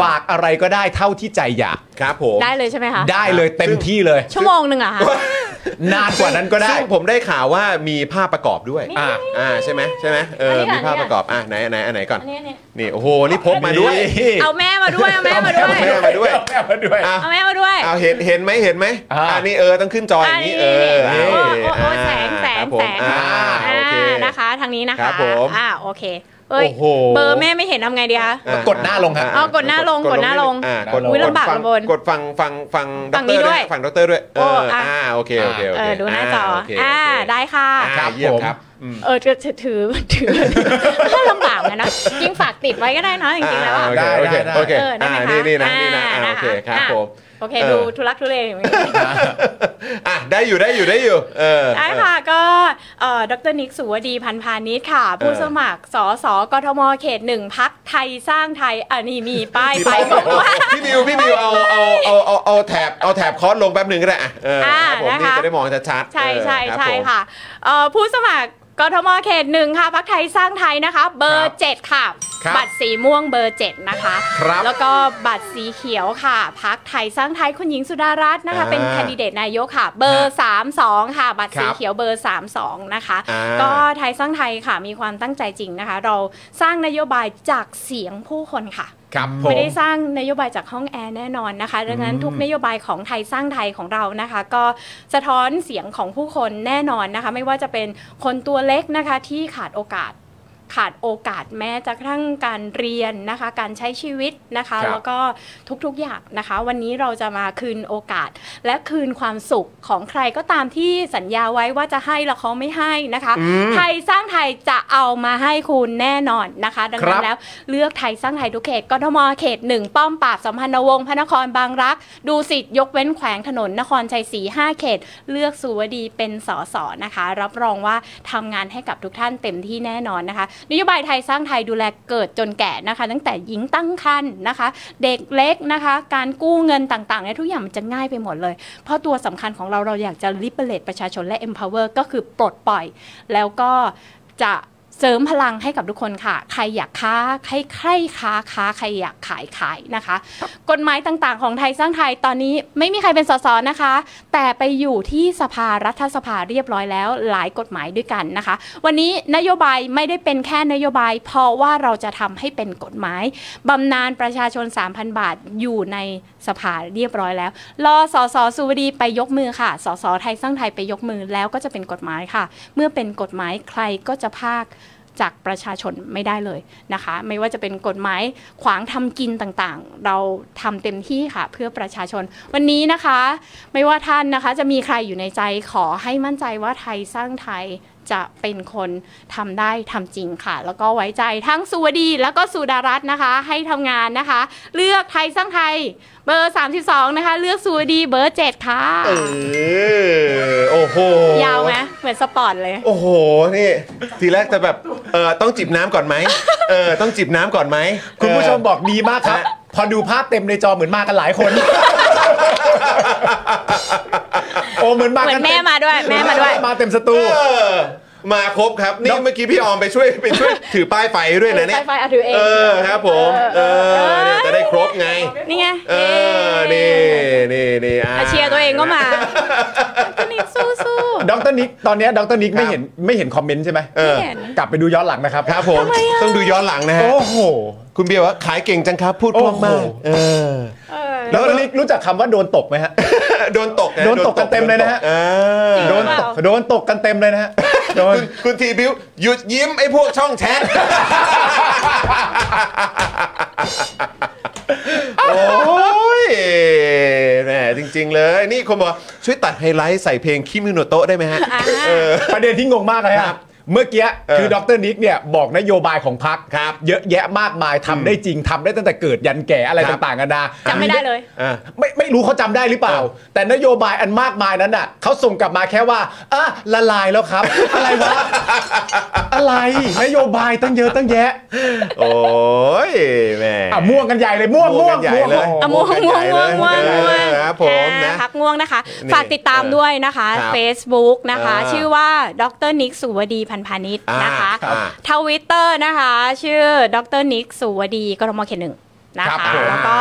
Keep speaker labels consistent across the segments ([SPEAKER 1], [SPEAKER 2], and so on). [SPEAKER 1] ฝากอะไรก็ได้เท่าที่ใจอยาก
[SPEAKER 2] ครับผม
[SPEAKER 3] ได้เลยใช่ไหมคะ
[SPEAKER 1] ได้เลยเต็มที่เลย
[SPEAKER 3] ชั่วโมงหนึ่งเหรอะคะ
[SPEAKER 1] นานกว่านั้นก็ได้
[SPEAKER 2] ซึ่งผมได้ข่าวว่ามีภาพประกอบด้วย
[SPEAKER 1] อ่ะ
[SPEAKER 2] อ่าใช่ไหมใช่ไหมเออ
[SPEAKER 3] อันนี้
[SPEAKER 2] มี
[SPEAKER 3] ก่อน
[SPEAKER 2] ภาพประกอบอ่ะไหนอันไหนอันไหนก่อน
[SPEAKER 3] อันนี้อันนี้
[SPEAKER 2] นี่โอ้โหนี่พกมาด้วย
[SPEAKER 3] เอาแม่มาด้วย เอาแม่มาด้ว
[SPEAKER 2] เอา
[SPEAKER 3] ย
[SPEAKER 2] แม่มาด้วย
[SPEAKER 1] เอแม่มาด้วย
[SPEAKER 2] อ่ะ
[SPEAKER 3] เอาแม่มาด้วย
[SPEAKER 2] เอาเห็นเห็นไหมเห็นไหม
[SPEAKER 1] อ่ะ
[SPEAKER 2] อ่านี่เออต้องขึ้นจออย่างนี้เออ
[SPEAKER 3] อันนี้
[SPEAKER 2] นี่
[SPEAKER 3] โอ้โอ้โอ้แสงแสง
[SPEAKER 2] ครับผม
[SPEAKER 3] แสง
[SPEAKER 2] อ่าโอเค
[SPEAKER 3] อ่านะคะทางนี้นะ
[SPEAKER 2] ครั
[SPEAKER 3] คะ
[SPEAKER 2] บผม
[SPEAKER 3] อ่าโอเค เอ้ย
[SPEAKER 2] โอ้โห
[SPEAKER 3] เบอร์แม่ไม่เห็นทำไงดีคะ
[SPEAKER 2] อ่ะ
[SPEAKER 1] กดหน้าลงครับ
[SPEAKER 3] อ๋อกดหน้าลงกดหน้าลง
[SPEAKER 2] อ่ะกด
[SPEAKER 3] อุ๊ยลำบาก
[SPEAKER 2] ฟัง
[SPEAKER 3] ลำบน
[SPEAKER 2] กดฟังฟังฟังด็
[SPEAKER 3] ฝั่
[SPEAKER 2] อง กเต
[SPEAKER 3] นี้
[SPEAKER 2] อร์
[SPEAKER 3] ด้
[SPEAKER 2] ด้ว
[SPEAKER 3] วย ย
[SPEAKER 2] ฝั่งด็อกเตอร์ด้วยเอ
[SPEAKER 3] โอ้
[SPEAKER 2] อ
[SPEAKER 3] อ่ะ
[SPEAKER 2] อ่าโอเคโอเคโอ
[SPEAKER 3] เอ
[SPEAKER 2] เค
[SPEAKER 3] อดูหน้าจอ
[SPEAKER 2] โเคโเค
[SPEAKER 3] อ่าได้ค่ะ
[SPEAKER 2] อ่าเยี่ยมครับ
[SPEAKER 3] เออจะถือถือลำบากนะเนอะจริงฝากติดไว้ก็ได้เนอะจริงๆแล้วอะ
[SPEAKER 1] ได้
[SPEAKER 2] อ่าโอเค
[SPEAKER 1] ได้ได้
[SPEAKER 2] โอเค
[SPEAKER 3] เออได้
[SPEAKER 2] อ่า
[SPEAKER 3] ไหมคะ
[SPEAKER 2] นี่นี่นะนี่นะอ่า
[SPEAKER 3] อ่า
[SPEAKER 2] โอเคครับ
[SPEAKER 3] อ่ะ
[SPEAKER 2] ผม
[SPEAKER 3] โอเค
[SPEAKER 2] เออ
[SPEAKER 3] ดูทุลักทุเลอยู่
[SPEAKER 2] อ่ะได้อยู่ได้อยู่ได้อยู่ เออ
[SPEAKER 3] ได้ค่ะก็เอ่อดรนิกสุวดีพันธ์พาณิชย์ค่ะ ผู้
[SPEAKER 2] เออ
[SPEAKER 3] สมัครสสกทมเขตหนึ่งพักไทยสร้างไทยอันนี้มีป้ายไปบอกว่า
[SPEAKER 2] พี่บิวพี่บิวเอาเอาเอาเอาเอาแถบเอาแถบคอร์สลงแป๊บหนึ่งก็ได้อ่ะเออ
[SPEAKER 3] อ่า
[SPEAKER 2] ครับผม
[SPEAKER 3] นะคะ
[SPEAKER 2] นี่จะได้มองชัดๆ
[SPEAKER 3] ใช่
[SPEAKER 2] เออ
[SPEAKER 3] ใช่
[SPEAKER 2] รับ
[SPEAKER 3] ใช่
[SPEAKER 2] ผม
[SPEAKER 3] ค่ะเอ่อผู้สมัครกทมเขตหนึ่งค่ะพักไทยสร้างไทยนะคะ เบอ
[SPEAKER 1] ครั
[SPEAKER 3] ร์
[SPEAKER 1] บ
[SPEAKER 3] เจ็ดค่ะ
[SPEAKER 1] ครับ
[SPEAKER 3] ตรสีม่วงเบอร์เจ็ดนะคะ
[SPEAKER 1] ครับ
[SPEAKER 3] แล้วก็บัตรสีเขียวค่ะพักไทยสร้างไทยคุณหญิงสุดารัตน์นะคะ
[SPEAKER 2] อ่า
[SPEAKER 3] เป็นแคนดิเดตนายกค่ะ เบอร์ 32 ค่ะ บัตรสี
[SPEAKER 2] ครับ
[SPEAKER 3] เขียวเบอร์ 32 นะคะ
[SPEAKER 2] อ่า
[SPEAKER 3] ก็ไทยสร้างไทยค่ะมีความตั้งใจจริงนะคะ เราสร้างนโยบายจากเสียงผู้คนค่ะ
[SPEAKER 1] ครับผ
[SPEAKER 3] ไม่
[SPEAKER 1] ม
[SPEAKER 3] ได้สร้างนโยบายจากห้องแอร์แน่นอนนะคะดังนั้นทุกนโยบายของไทยสร้างไทยของเรานะคะ ก็สะท้อนเสียงของผู้คนแน่นอนนะคะ ไม่ว่าจะเป็นคนตัวเล็กนะคะที่ขาดโอกาส ขาดโอกาสแม้จะกระทั่งการเรียนนะคะ การใช้ชีวิตนะคะ
[SPEAKER 1] ครับ
[SPEAKER 3] แล้วก็ทุกๆอย่างนะคะ วันนี้เราจะมาคืนโอกาส และคืนความสุขของใครก็ตามที่สัญญาไว้ว่าจะให้แล้วเขาไม่ให้นะคะไทยสร้างไทยจะเอามาให้คุณแน่นอนนะคะ ดัง
[SPEAKER 1] ครั
[SPEAKER 3] นั้
[SPEAKER 1] บ
[SPEAKER 3] นแล้วเลือกไทยสร้างไทยทุกเขตกทมเขตหนึ่งป้อมปราบสัมพันธวงศ์พระนครบางรัก ดูสิทธิ์ยกเว้นแขวงถนนนครชัยศรีห้าเขต เลือกสุวดีเป็นสสนะคะ รับรองว่าทำงานให้กับทุกท่านเต็มที่แน่นอนนะคะ นโยบายไทยสร้างไทยดูแลเกิดจนแก่นะคะ ตั้งแต่หญิงตั้งครรภ์นะคะ เด็กเล็กนะคะ การกู้เงินต่างๆเนี่ยทุกอย่างมันจะง่ายไปหมดเลย เพราะตัวสำคัญของเราเราอยากจะ liberate ประชาชนและ empower ก็คือปลดปล่อย แล้วก็จะเสริมพลังให้กับทุกคนค่ะ ใครอยากค้า ใครใครค้าค้า ใครอยากขายขายนะคะ กฎหมายต่างๆ ของไทยสร้างไทยตอนนี้ไม่มีใครเป็นสสนะคะ แต่ไปอยู่ที่สภารัฐสภาเรียบร้อยแล้วหลายกฎหมายด้วยกันนะคะ วันนี้นโยบายไม่ได้เป็นแค่นโยบาย เพราะว่าเราจะทำให้เป็นกฎหมายบำนาญประชาชน 3,000 บาทอยู่ในสภาเรียบร้อยแล้ว รอสสสุวดีไปยกมือค่ะ สสไทยสร้างไทยไปยกมือแล้วก็จะเป็นกฎหมายค่ะ เมื่อเป็นกฎหมายใครก็จะภาคจากประชาชนไม่ได้เลยนะคะ ไม่ว่าจะเป็นกฎหมายขวางทำกินต่างๆ เราทำเต็มที่ค่ะ เพื่อประชาชน วันนี้นะคะ ไม่ว่าท่านนะคะจะมีใครอยู่ในใจขอให้มั่นใจว่าไทยสร้างไทยจะเป็นคนทำได้ทำจริงค่ะ แล้วก็ไว้ใจทั้งสุวดีแล้วก็สุดารัตน์นะคะ ให้ทำงานนะคะ เลือกไทยสร้างไทย เบอร์ 32 นะคะ เลือกสุวดีเบอร์ 7 ค่ะ
[SPEAKER 2] เออโอ้โห
[SPEAKER 3] ยาวไหมเหมือนสปอร์ตเลย
[SPEAKER 2] โอ้โห นี่ ทีแรกจะแบบ เออต้องจิบน้ำก่อนไหม เออ ต้องจิบน้ำก่อนไหม
[SPEAKER 1] คุณผู้ชมบอกดีมากครับ
[SPEAKER 2] ฮะ
[SPEAKER 1] พอดูภาพเต็มในจอเหมือนมากันหลายคน โอ้เหมือนมา
[SPEAKER 3] เหมื
[SPEAKER 1] กั
[SPEAKER 3] อน นแม่มาด้วยแม่มาด้วย
[SPEAKER 1] มาเต็มสตู
[SPEAKER 2] เออ มาครบครับ นี่เมื่อกี้พี่ออมไปช่วยไปช่วยถือป้ายไฟด้วยนะเนี่ย
[SPEAKER 3] ไฟไฟเอาถือเอง
[SPEAKER 2] เออครับผม เอ
[SPEAKER 3] เออเอ
[SPEAKER 2] อ
[SPEAKER 3] อ
[SPEAKER 2] เนี่ยจะได้ครบไง
[SPEAKER 3] นี่ไง
[SPEAKER 2] เออ นี่นี่นี่อ่ะ
[SPEAKER 3] อ่ะเชียร์ตัวเองก็มา คนนี้สู้สู้
[SPEAKER 1] ดรนิกตอนเนี้ยดรนิก
[SPEAKER 2] ครับ
[SPEAKER 1] ไม่เห็นไม่เห็นคอมเมนต์ใช่ไหม
[SPEAKER 2] เออ
[SPEAKER 3] เห็น
[SPEAKER 1] กลับไปดูย้อนหลังนะครับ
[SPEAKER 2] ครับผม ต้องดูย้อนหลังนะฮะ
[SPEAKER 1] โอ้โห
[SPEAKER 2] คุณเบียร์ว่าขายเก่งจังครับ พูดคล่องมาก
[SPEAKER 1] โอ้โห
[SPEAKER 2] เออ
[SPEAKER 3] เออ
[SPEAKER 1] ดรนิกรู้จักคำว่าโดนตกไหมฮะ
[SPEAKER 2] โดนตกะ
[SPEAKER 1] โดนตกกันเต็มเลยนะฮะ
[SPEAKER 2] เออ
[SPEAKER 1] โด
[SPEAKER 3] จริ
[SPEAKER 1] น
[SPEAKER 3] งหรื
[SPEAKER 1] ต
[SPEAKER 3] อเปล่า
[SPEAKER 1] กโดนตกกันเต็มเลยนะ ฮะโดน
[SPEAKER 2] คุณคุณทีบิวหยุดยิ้มไอ้พวกช่องแชท โอ้ยแหมจริง ๆ เลย นี่คนบอกช่วยตัดไฮไลท์ใส่เพลงคิมิโนโตะได้ไหมฮะ
[SPEAKER 3] อ่า
[SPEAKER 2] เออ
[SPEAKER 1] ประเด็นที่งงมากเลย
[SPEAKER 2] ค
[SPEAKER 1] ค
[SPEAKER 2] รั
[SPEAKER 1] รั
[SPEAKER 2] บบ
[SPEAKER 1] เมื่อกี้
[SPEAKER 2] เออ
[SPEAKER 1] คือดรนิกเนี่ยบอกนโยบายของพรรค
[SPEAKER 2] ครับ
[SPEAKER 1] เยอะแยะมากมายทำได้จริงทำได้ตั้งแต่เกิดยันแก่อะไร
[SPEAKER 2] ครับ
[SPEAKER 1] ต่างๆกันานา
[SPEAKER 3] จำไม่ได้เลย
[SPEAKER 2] อ่ะ
[SPEAKER 1] ไม่ไม่รู้เขาจำได้หรือเปล่า
[SPEAKER 2] เออ
[SPEAKER 1] แต่นโยบายอันมากมายนั้นน่ะเขาส่งกลับมาแค่ว่าอ่ะละลายแล้วครับ อะไรวะ อะไรนโยบายตั้งเยอะตั้งแยะ
[SPEAKER 2] โอ้ยแหม
[SPEAKER 1] อ่ะม่วงกันใหญ่เลยม่วงม่ว
[SPEAKER 2] กั
[SPEAKER 1] ง
[SPEAKER 2] นใหญ่เล
[SPEAKER 1] ม่ว
[SPEAKER 2] ย
[SPEAKER 1] ง
[SPEAKER 3] อ่ะม่วง
[SPEAKER 2] กันให
[SPEAKER 3] ม่ว
[SPEAKER 2] ญ่
[SPEAKER 3] ง
[SPEAKER 2] เล
[SPEAKER 3] ม่วง
[SPEAKER 2] ย
[SPEAKER 3] ม่วงม่วง
[SPEAKER 2] เออครับผม
[SPEAKER 3] อ่า
[SPEAKER 2] นะ
[SPEAKER 3] พักง่วงนะคะ
[SPEAKER 2] นี่
[SPEAKER 3] ฝากติดตามด้วยนะคะ
[SPEAKER 2] ครับ
[SPEAKER 3] Facebook นะคะ
[SPEAKER 2] อ่า
[SPEAKER 3] ชื่อว่าดรนิกสุวดีพันพาณิชย์นะคะ
[SPEAKER 2] อ่าครับ
[SPEAKER 3] ทวิตเตอร์นะคะ ชื่อดรนิกสุวดีกรมเขตหนึ่ง นะ
[SPEAKER 2] ครั
[SPEAKER 3] คะ
[SPEAKER 2] บผม
[SPEAKER 3] แล้วก็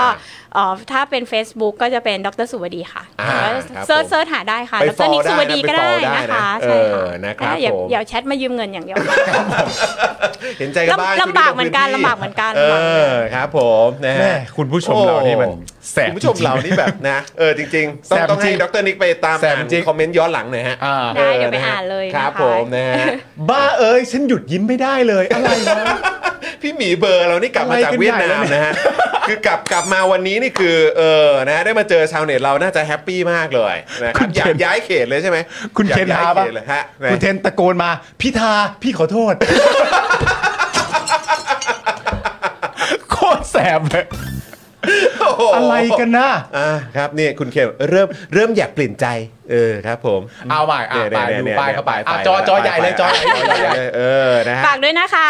[SPEAKER 3] เอ่อถ้าเป็น Facebook ก็จะเป็นดรสุวดีค่ะ
[SPEAKER 2] อ่า
[SPEAKER 3] แล้ว
[SPEAKER 2] ครับ
[SPEAKER 3] เซิร์ช
[SPEAKER 2] ผม
[SPEAKER 3] เซิร์ชหาได้ค่ะ
[SPEAKER 2] ไป
[SPEAKER 3] ดรนิ
[SPEAKER 2] follow
[SPEAKER 3] กสุวดี
[SPEAKER 2] ได้นะ
[SPEAKER 3] ก็ได้
[SPEAKER 2] ไป follow
[SPEAKER 3] นะคะ
[SPEAKER 2] ได้นะเออนะค
[SPEAKER 3] ใช่ค่ะ
[SPEAKER 2] รับ
[SPEAKER 3] อย่า
[SPEAKER 2] ผม
[SPEAKER 3] อย่าแชทมายืมเงินอย่างเดียว
[SPEAKER 2] เห็นใจกันบ้าง
[SPEAKER 3] ลำบากเหมือนกัน
[SPEAKER 2] ช่ว
[SPEAKER 3] ลำบากเหมือนกัน
[SPEAKER 2] เอ
[SPEAKER 3] ลำบากเหมือน
[SPEAKER 2] อ
[SPEAKER 3] กัน
[SPEAKER 2] ครับผมนะ
[SPEAKER 1] แม่
[SPEAKER 2] ฮะ
[SPEAKER 1] คุณผู้ชมเรานี่มันแสบ
[SPEAKER 2] คุณผู้ชม
[SPEAKER 1] จงๆ
[SPEAKER 2] เรานี่แบบนะ เออจริงๆ ต้อง
[SPEAKER 1] แสบ
[SPEAKER 2] ต้องให้
[SPEAKER 1] จริง
[SPEAKER 2] ดรนิกไปตาม
[SPEAKER 1] แสบ
[SPEAKER 2] อ่าน
[SPEAKER 1] จริง
[SPEAKER 2] คอมเมนต์ย้อนหลังหน่อยฮะ
[SPEAKER 1] อ่า
[SPEAKER 3] ได้เดี๋ยวไปอ่านเลย
[SPEAKER 2] ค
[SPEAKER 3] นะคะ
[SPEAKER 2] รับผมนะ ฮะ
[SPEAKER 1] บ้าเอ้ยฉันหยุดยิ้มไม่ได้เลยอะไรวะ
[SPEAKER 2] พี่หมีเบอร์เรานี่กลับมาจากเวียดนามนะฮะ คือกลับกลับมาวันนี้นี่คือเออนะได้มาเจอชาวเน็ตเราน่าจะแฮปปี้มากเลยนะค
[SPEAKER 1] คุ
[SPEAKER 2] รั
[SPEAKER 1] ณ
[SPEAKER 2] บอ
[SPEAKER 1] เคน
[SPEAKER 2] ยากย้ายเขตเลยใช่ไหม
[SPEAKER 1] คุณเคน
[SPEAKER 2] อยาก
[SPEAKER 1] หา
[SPEAKER 2] ย้าย
[SPEAKER 1] ปะ
[SPEAKER 2] เขตเลยฮะนะ
[SPEAKER 1] คุณเทนตะโกนมาพิธาพี่ขอโท ษ โคตรแสบเลย
[SPEAKER 2] โโห
[SPEAKER 1] อะไรกันนะ
[SPEAKER 2] อ่าครับนี่คุณเคนเริ่มเริ่มอยากเปลี่ยนใจ เออครับผม
[SPEAKER 1] เอาใหม่อ่ะ
[SPEAKER 2] เนี่ย
[SPEAKER 1] ไป
[SPEAKER 2] เนี่ย
[SPEAKER 1] ดู
[SPEAKER 2] เนี่ย
[SPEAKER 1] ป้ายเข้าไป
[SPEAKER 2] นี่
[SPEAKER 1] อ่ะจอจอใหญ่เลยจอใหญ่
[SPEAKER 2] ใหญ่เลยเออนะฮะ
[SPEAKER 3] ฝากด้วยนะคะ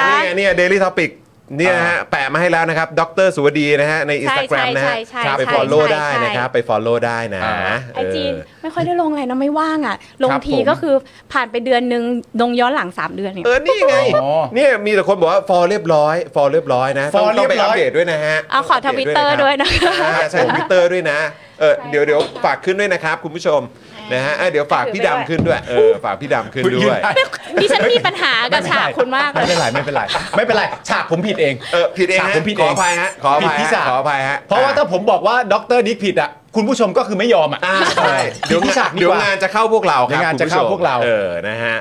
[SPEAKER 2] อันนี้ไงเนี่ยเดลี่ท็อปิกเนี่ยนะฮะแปะมาให้แล้วนะครับ ดรสุวดีนะฮะ ในอินสตาแกรมนะ
[SPEAKER 3] ใช่
[SPEAKER 2] ฮะ
[SPEAKER 3] ใช่ใช่
[SPEAKER 2] ไป
[SPEAKER 3] ใช่
[SPEAKER 2] ฟอลโล่
[SPEAKER 3] ใช่
[SPEAKER 2] ได้นะครับ
[SPEAKER 3] ใช่
[SPEAKER 2] ไปฟอลโล่ได้นะ
[SPEAKER 1] อ่า
[SPEAKER 2] เ
[SPEAKER 3] ไอจีไม่ค่อยได้ลงอะไรนะไม่ว่างอ่ะ ลง
[SPEAKER 2] ครับ
[SPEAKER 3] ที
[SPEAKER 2] ผม
[SPEAKER 3] ก็คือผ่านไปเดือนนึงลงย้อนหลัง 3 เดือนเนี่ย
[SPEAKER 2] เออ นี่ไง
[SPEAKER 1] อ๋อ
[SPEAKER 2] เนี่ยมีแต่คนบอกว่าฟอลเรียบร้อย ฟอลเรียบร้อยนะ ต้อง
[SPEAKER 1] follow
[SPEAKER 2] ต้องไป
[SPEAKER 1] เรียบร้
[SPEAKER 2] อั
[SPEAKER 1] อย
[SPEAKER 2] ปเดตด้วยนะฮะ
[SPEAKER 3] เอาขอทวิตเตอร์ด้วยนะ
[SPEAKER 2] ต้อ
[SPEAKER 3] คะ
[SPEAKER 2] งอัปเดตด้วยนะครับอ่าใช่ทวิตเตอร์ด้วยนะเออ
[SPEAKER 3] ใช่
[SPEAKER 2] เดี๋ยวเดี๋ยวฝากขึ้นด้วยนะครับ คุณผู้ชมนะฮะเอ้ยเดี๋ยวฝากพี่ดำขึ้นด้วยเออฝากพี่ดำขึ้นด้วย
[SPEAKER 3] ดิฉันมีปัญหากับฉากคุณมากเล
[SPEAKER 1] ไม่
[SPEAKER 3] ย
[SPEAKER 1] เป็นไรไม่เป็นไรไม่เป็นไรฉากผมผิดเอง
[SPEAKER 2] เออผิดเอง
[SPEAKER 1] ฉากผ
[SPEAKER 2] ฮะ
[SPEAKER 1] มผิด
[SPEAKER 2] ข
[SPEAKER 1] เอ
[SPEAKER 2] อง อภัยฮะขออภัย
[SPEAKER 1] ผิดที่
[SPEAKER 2] ฮะ
[SPEAKER 1] ฉาก
[SPEAKER 2] ขออภัยฮะ
[SPEAKER 1] เพราะว่าถ้าผมบอกว่าด็อกเตอร์นิกผิดอ่ะคุณผู้ชมก็คือไม่ยอมอ่ะ
[SPEAKER 2] อ่าใช่
[SPEAKER 1] เดี๋
[SPEAKER 2] เดี๋
[SPEAKER 1] ย
[SPEAKER 2] ยว ว
[SPEAKER 1] ที่ฉากดี
[SPEAKER 2] เดี๋ยว
[SPEAKER 1] กว่า
[SPEAKER 2] งานจะเข้าพวกเราครับ
[SPEAKER 1] เดี๋ยวงานจะเข้า
[SPEAKER 2] คุณผู้ชม
[SPEAKER 1] พวกเรา
[SPEAKER 2] เออนะฮะ